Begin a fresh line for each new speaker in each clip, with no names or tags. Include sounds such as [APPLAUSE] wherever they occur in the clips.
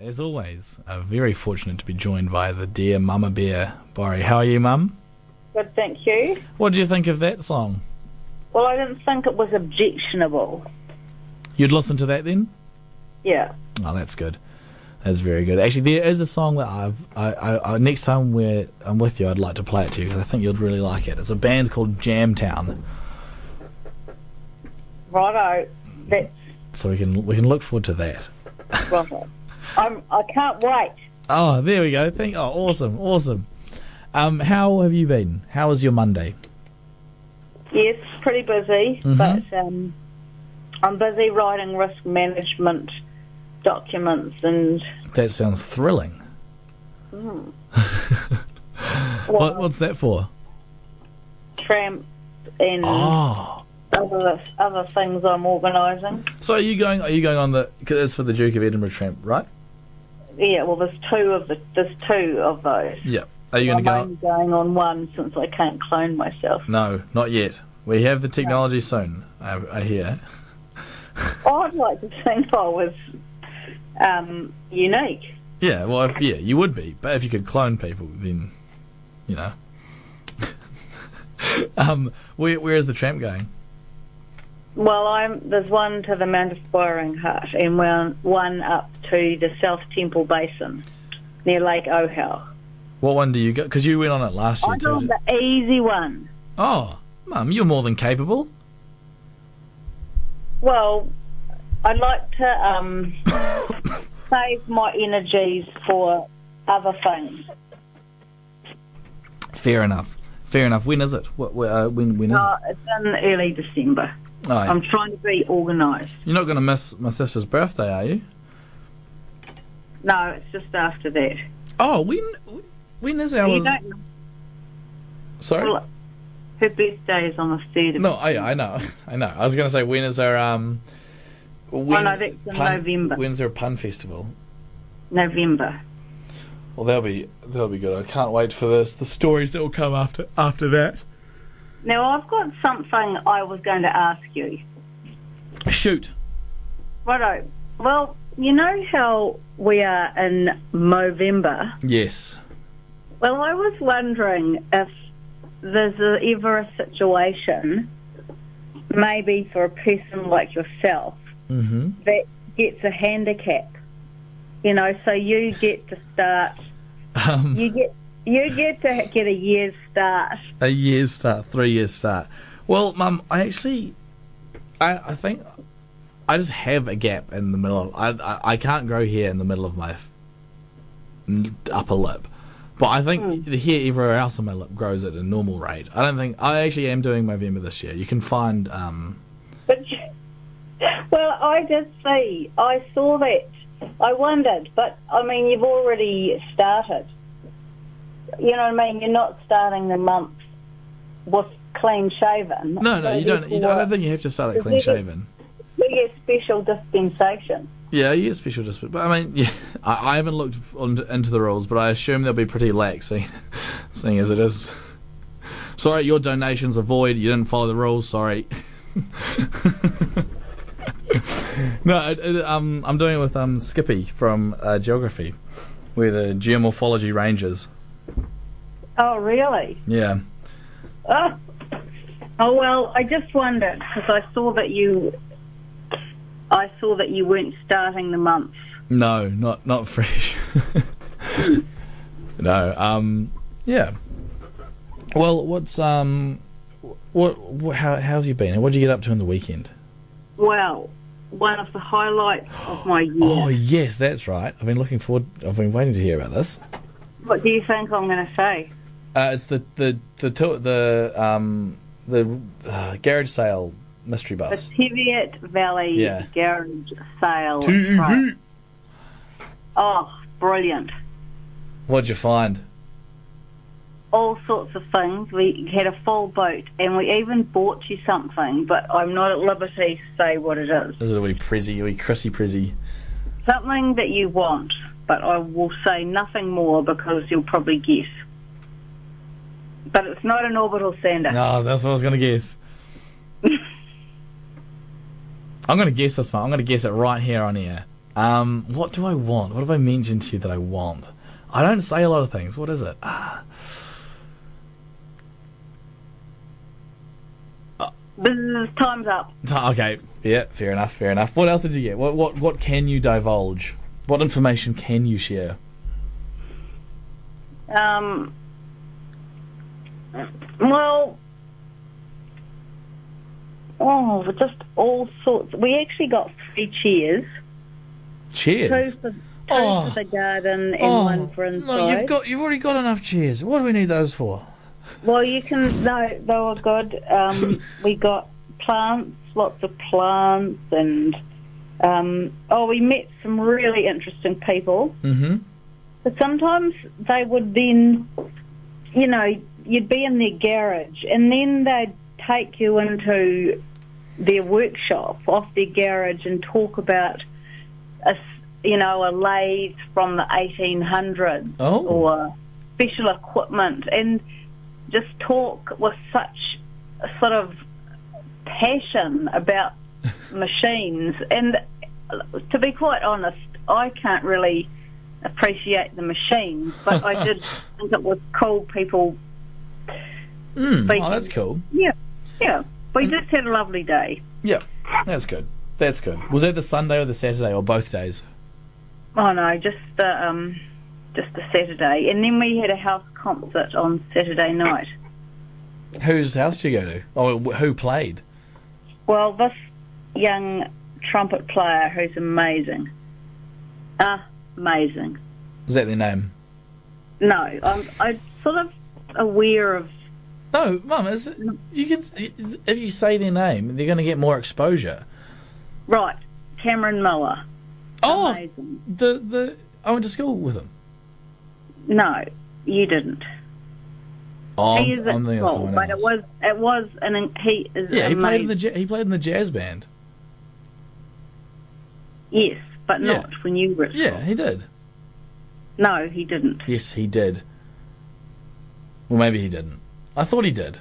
as always, are very fortunate to be joined by the dear Mama Bear. Barry, how are you, Mum?
Good, thank you.
What did you think of that song?
Well, I didn't think it was objectionable.
You'd listen to that then?
Yeah.
Oh, that's good. That's very good. Actually, there is a song that I've. I, I, I next time we're, I'm with you, I'd like to play it to you 'cause I think you'd really like it. It's a band called Jamtown,
Righto. That's
so we can we can look forward to that.
righto. I'm, I can't wait.
Oh, there we go. Thank. Oh, awesome, awesome. Um, how have you been? How was your Monday?
Yes, pretty busy,
Mm-hmm.
but um, I'm busy writing risk management documents and
That sounds thrilling. What,
well,
what's that for?
tramps and
Oh,
other other things I'm organising.
so are you going? Are you going on the? Cause it's for the Duke of Edinburgh tramp, right?
Yeah, well, there's two of the there's two of those.
Yeah. Are you
I'm
going to go?
only going on one since I can't clone myself.
No, not yet. We have the technology soon. I, I hear.
I'd like to think I was um, unique.
Yeah, well, if- yeah, you would be, but if you could clone people, then, you know. [LAUGHS] um, where where is the tramp going?
Well, I'm there's one to the Mount of Boring Hut and one one up to the South Temple Basin near Lake Ohau.
What one do you go? Because you went on it last year
I'm
too.
on
didn't-
the easy one.
Oh, mum, you're more than capable.
Well, I'd like to um, save my energies for other things.
Fair enough. Fair enough. When is it? What, wh- uh, when when is
Uh, it's in early December.
it? Oh, yeah.
I'm trying to be organised.
You're not going to miss my sister's birthday, are you?
No, it's just after that.
Oh, when when is
You
ours?
don't know.
Sorry.
Well, her birthday is on the third of
No, I I know, [LAUGHS] I know. I was gonna say when is our um. When,
Oh, no, that's in November.
When's our pun festival?
November.
Well, that'll be that'll be good. I can't wait for this. The stories that will come after after that.
Now I've got something I was going to ask you.
Shoot.
Righto. Well, you know how we are in November.
Yes.
Well, I was wondering if there's a, ever a situation, maybe for a person like yourself,
Mm-hmm.
that gets a handicap. You know, so you get to start.
Um,
You get you get to get a year's start.
a year's start, three years start. Well, Mum, I actually, I I think, I just have a gap in the middle. Of, I, I I can't grow hair in the middle of my f- n- upper lip, but I think the hair everywhere else on my lip grows at a normal rate. I don't think I actually am doing November this year. You can find um.
But you- [LAUGHS] well, I did see. I saw that. I wondered, but I mean, you've already started. You know what I mean? You're not starting the month with clean shaven.
No, no,
So
you don't. You don't I don't think you have to start at clean shaven.
therefore, you get special dispensation.
Yeah, you get special dispute. But I mean, yeah, [LAUGHS] I, I haven't looked f- on, into the rules, but I assume they'll be pretty lax, seeing, [LAUGHS] seeing as it is. Sorry, your donations are void. You didn't follow the rules. Sorry. [LAUGHS] no, it, it, um, I'm doing it with um, Skippy from uh, Geography. We're the Geomorphology Rangers.
Oh, really?
Yeah.
Oh, oh well. I just wondered because I saw that you. I saw that you weren't starting the month.
No, not not fresh. [LAUGHS] no. Um. Yeah. Well, what's um, what, what how how's you been? What did you get up to in the weekend?
Well, one of the highlights of my year.
Oh yes, that's right. I've been looking forward. I've been waiting to hear about this.
What do you think I'm going to say?
Uh, it's the the the to- the um the uh, garage sale mystery
The
bus.
Teviot Valley
Yeah.
Garage Sale. Prize.
TV.
Oh, brilliant.
What'd you find?
All sorts of things. We had a full boat and we even bought you something, but I'm not at liberty to say what it is.
Is it a wee prezzy, a wee Chrissy prezzy?
Something that you want, but I will say nothing more because you'll probably guess. But it's not an orbital sander.
No, that's what I was gonna guess. I'm gonna guess this one. I'm gonna guess it right here on air. Um, what do I want? What have I mentioned to you that I want? I don't say a lot of things. What is it? Ah.
Business time's up.
Ti- Okay. Yeah. Fair enough. Fair enough. What else did you get? What what what can you divulge? What information can you share?
Um, well, oh, just all sorts. We actually got three cheers. Two
Cheers.
for, two
Oh.
for the garden and
Oh,
one for inside.
No, you've got you've already got enough cheers. What do we need those for?
Well, you can. No, they were good. Um, we got plants, lots of plants, and um, oh, we met some really interesting people.
Mm-hmm.
But sometimes they would then, you know, you'd be in their garage, and then they'd take you into their workshop off their garage and talk about a, s- you know, a lathe from the 1800s
Oh.
or uh, special equipment and just talk with such a sort of passion about machines. And uh, to be quite honest, I can't really appreciate the machines, but I did think it was cool people.
Mm,
Like-
oh, that's cool.
Yeah, yeah. We just had a lovely day.
Yeah, that's good. That's good. Was that the Sunday or the Saturday or both days?
Oh no, just the um, just the Saturday, and then we had a house concert on Saturday night.
Whose house do you go to? Oh, wh- who played?
Well, this young trumpet player who's amazing. Amazing.
Is that their name?
No, I'm, I'm sort of aware of.
No, Mum. Is it, you can if you say their name, they're going to get more exposure.
Right, Cameron Miller.
Oh,
Amazing.
the the I went to school with him.
No, you didn't.
Oh,
he is
I'm
at
thinking of
school,
someone
but it
else.
was it was an he is
yeah, he played in the
amazing.
ja- he played in the jazz band.
yes, but
Yeah.
not when you were. at
Yeah,
school.
he did.
No, he didn't.
Yes, he did. Well, maybe he didn't. I thought he did.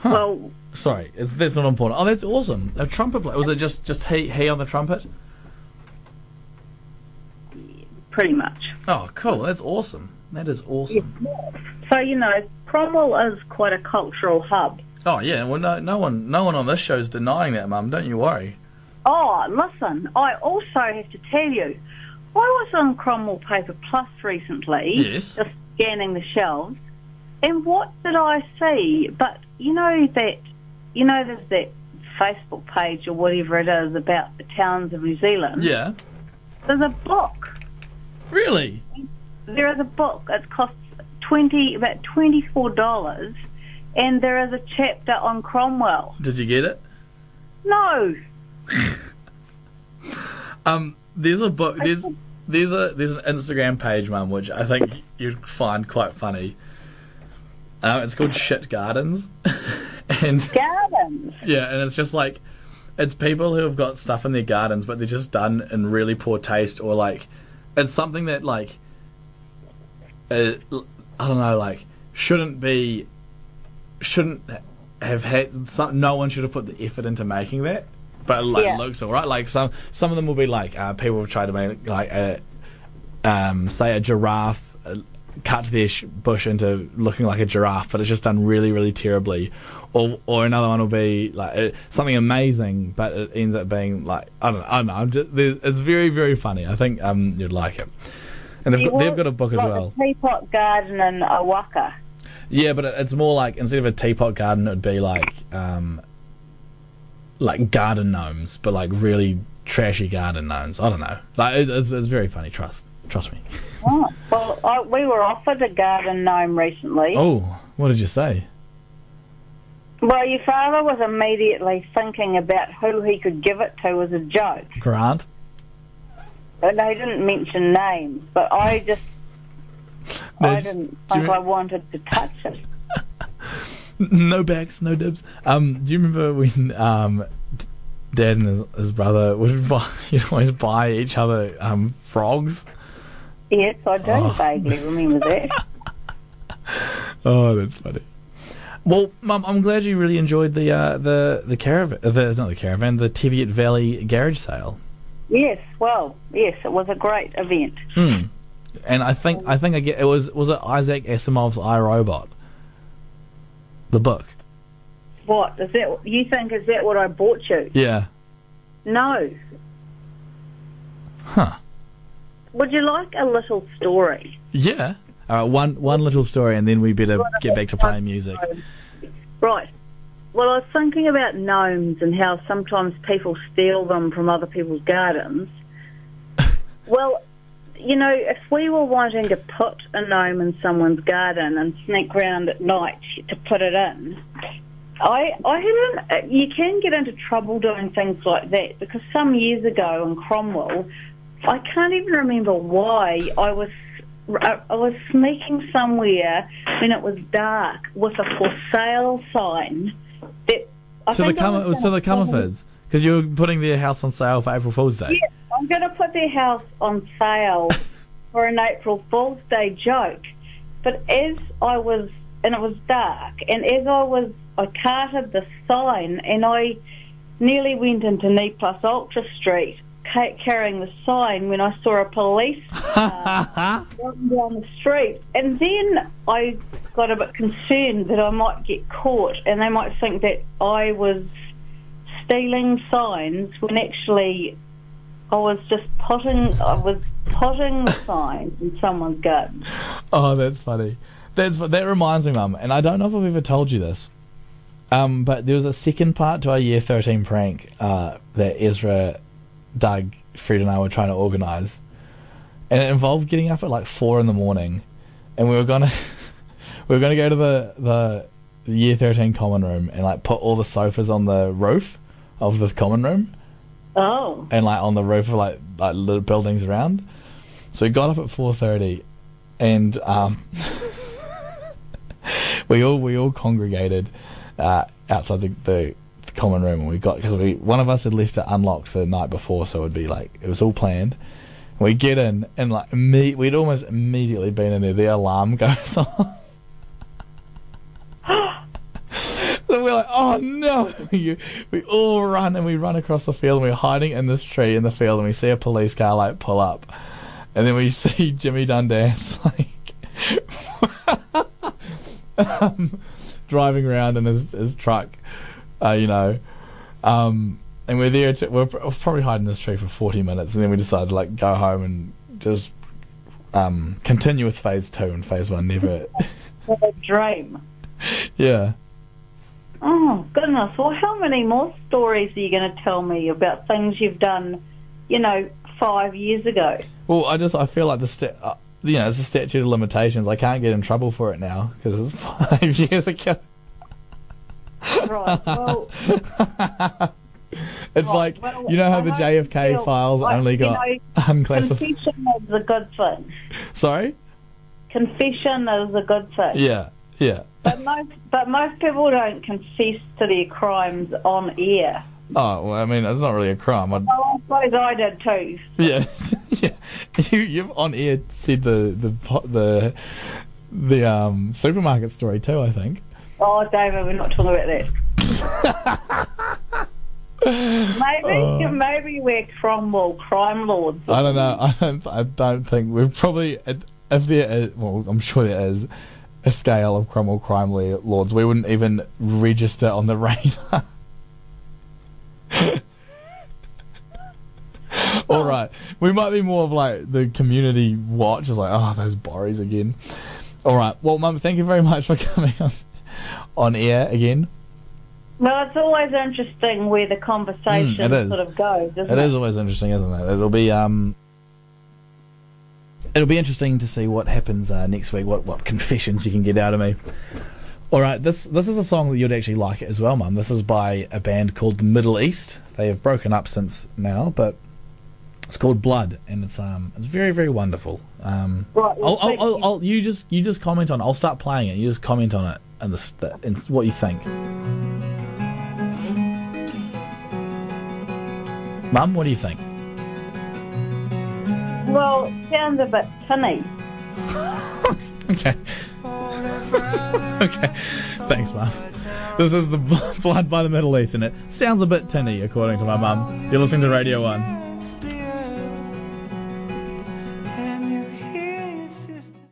Huh.
Well,
Sorry, it's, that's not important. Oh, that's awesome. A trumpet player. Was it just just he he on the trumpet?
pretty much.
Oh, cool. That's awesome. That is awesome.
So you know, Cromwell is quite a cultural hub.
Oh yeah. Well, no, no one, no one on this show is denying that, Mum. Don't you worry.
Oh, listen, I also have to tell you, I was on Cromwell Paper Plus recently,
Yes.
just scanning the shelves, and what did I see? But you know that, you know there's that Facebook page or whatever it is about the towns of New Zealand.
Yeah.
There's a book.
Really?
There is a book. It costs twenty about twenty four dollars, and there is a chapter on Cromwell.
Did you get it?
No,
Um, there's a book. There's there's a there's an Instagram page, Mum, which I think you'd find quite funny. Um, it's called Shit Gardens, [LAUGHS] and
gardens.
yeah, and it's just like it's people who have got stuff in their gardens, but they're just done in really poor taste, or like it's something that like uh, I don't know, like shouldn't be shouldn't have had some, no one should have put the effort into making that. But it, like
Yeah.
looks all right. Like some some of them will be like uh, people have tried to make like a um, say a giraffe uh, cut their sh- bush into looking like a giraffe, but it's just done really, really terribly. Or, or another one will be like uh, something amazing, but it ends up being like I don't know. I don't know I'm just, there's- it's very, very funny. I think um, you'd like it. And they've,
You
got, they've
want,
got a book as
like,
well.
A teapot garden in Awaka.
Yeah, but it- it's more like instead of a teapot garden, it'd be like um, like garden gnomes, but like really trashy garden gnomes. I don't know. Like it, it's, it's very funny. Trust trust me.
Oh, well, I, we were offered a garden gnome recently.
Oh, what did you say?
Well, your father was immediately thinking about who he could give it to as a joke.
Grant.
And they didn't mention names, but I just,
No,
I
just-
didn't
do you
think
re-
I wanted to touch it.
no backs, no dibs. Um, do you remember when um, D- Dad and his, his brother would [LAUGHS] buy, you'd always buy each other um, frogs? [LAUGHS]
Yes, I do vaguely remember that.
Oh, that's funny. Well, Mum, I'm glad you really enjoyed the uh, the the caravan, uh, the, not the caravan, the Teviot Valley garage sale.
Yes, well, yes, it was a great event.
And I think I think I get it was was it Isaac Asimov's I Robot, the book.
What is that? You think is that what I bought you?
Yeah.
No.
Huh.
Would you like a little story?
Yeah. All right. One one little story, and then we better get back to playing music.
Right. Well, I was thinking about gnomes and how sometimes people steal them from other people's gardens. well, you know, if we were wanting to put a gnome in someone's garden and sneak round at night to put it in, I, I haven't. You can get into trouble doing things like that because some years ago in Cromwell, I can't even remember why I was. I I was sneaking somewhere when it was dark with a for sale sign. That I
To the
think I
Cum- it was to the
gonna-
Cummerfords because you were putting their house on sale for April Fool's Day.
Yeah, I'm going to put their house on sale for an April Fool's Day joke. But as I was, and it was dark, and as I was, I carted the sign and I nearly went into knee plus Ultra Street ca- carrying the sign when I saw a police walking down the street. And then I got a bit concerned that I might get caught and they might think that I was stealing signs when actually I was just potting. I was potting the sign in someone's garden.
[LAUGHS] Oh, that's funny. That's that reminds me, Mum, and I don't know if I've ever told you this, um, but there was a second part to our Year Thirteen prank uh, that Ezra, Doug, Fred, and I were trying to organise, and it involved getting up at like four in the morning, and we were gonna [LAUGHS] we were gonna go to the the Year Thirteen common room and like put all the sofas on the roof of the common room
Oh,
and like on the roof of like like little buildings around. So we got up at four thirty, and um, [LAUGHS] we all we all congregated uh, outside the, the, the common room, and we got because we one of us had left it unlocked the night before, so it'd be like it was all planned. We get in, and like imme- we'd almost immediately been in there. The alarm [LAUGHS] goes on. So we're like, oh no! [LAUGHS] You, we all run and we run across the field and we're hiding in this tree in the field and we see a police car like pull up, and then we [LAUGHS] see Jimmy Dundas [LAUGHS] like um, driving around in his, his truck, uh, you know, um, and we're there. To, we're, pr- we're probably hiding in this tree for forty minutes, and then we decide to like go home and just um, continue with phase two and phase one never. [LAUGHS]
what a dream!
yeah.
Oh goodness! Well, how many more stories are you going to tell me about things you've done? You know, five years ago.
Well, I just I feel like the sta- uh, you know it's a statute of limitations. I can't get in trouble for it now because it's [LAUGHS] five years ago. [LAUGHS]
Right. Well,
It's like
well,
you know how
I
the
hope
JFK
you feel-
files
I-
only
you
got
know,
[LAUGHS] unclassified.
confession is a good thing.
Sorry.
Confession is a good thing.
Yeah. Yeah.
But most, but most people don't confess to their crimes on air.
Oh well, I mean it's not really a crime. I'd, [LAUGHS]
Well, I suppose I did too.
yeah. yeah. You you've on air said the the po- the the um supermarket story too. I think.
Oh, David, we're not talking about that.
[LAUGHS]
maybe, maybe we're Cromwell crime lords.
Oh. I don't know. [LAUGHS] I don't. I don't think we've probably. If there is, uh, well, I'm sure there is a scale of Cromwell crime la- lords. We wouldn't even register on the [LAUGHS] radar. All right, we might be more of like the community watch. Is like, oh, those Boris again. All right, well, Mum, thank you very much for [LAUGHS] coming on, on air again.
Well, it's always interesting where the conversation
Mm, it is.
sort of goes, isn't
It
it?
is always interesting, isn't it? It'll be um, it'll be interesting to see what happens uh, next week. What what confessions you can get out of me. All right, this this is a song that you'd actually like as well, Mum. This is by a band called the Middle East. They have broken up since now, but it's called Blood, and it's um, it's very very wonderful. Um,
Right,
I'll,
well,
I'll,
thank
I'll,
you.
I'll you just you just comment on. it. I'll start playing it. You just comment on it and the st- and what you think. Mum, what do you think?
Well, sounds a bit tinny. [LAUGHS]
Okay. okay. Thanks, Mum. This is the Blood by the Middle East, and it sounds a bit tinny, according to my mum. You're listening to Radio 1.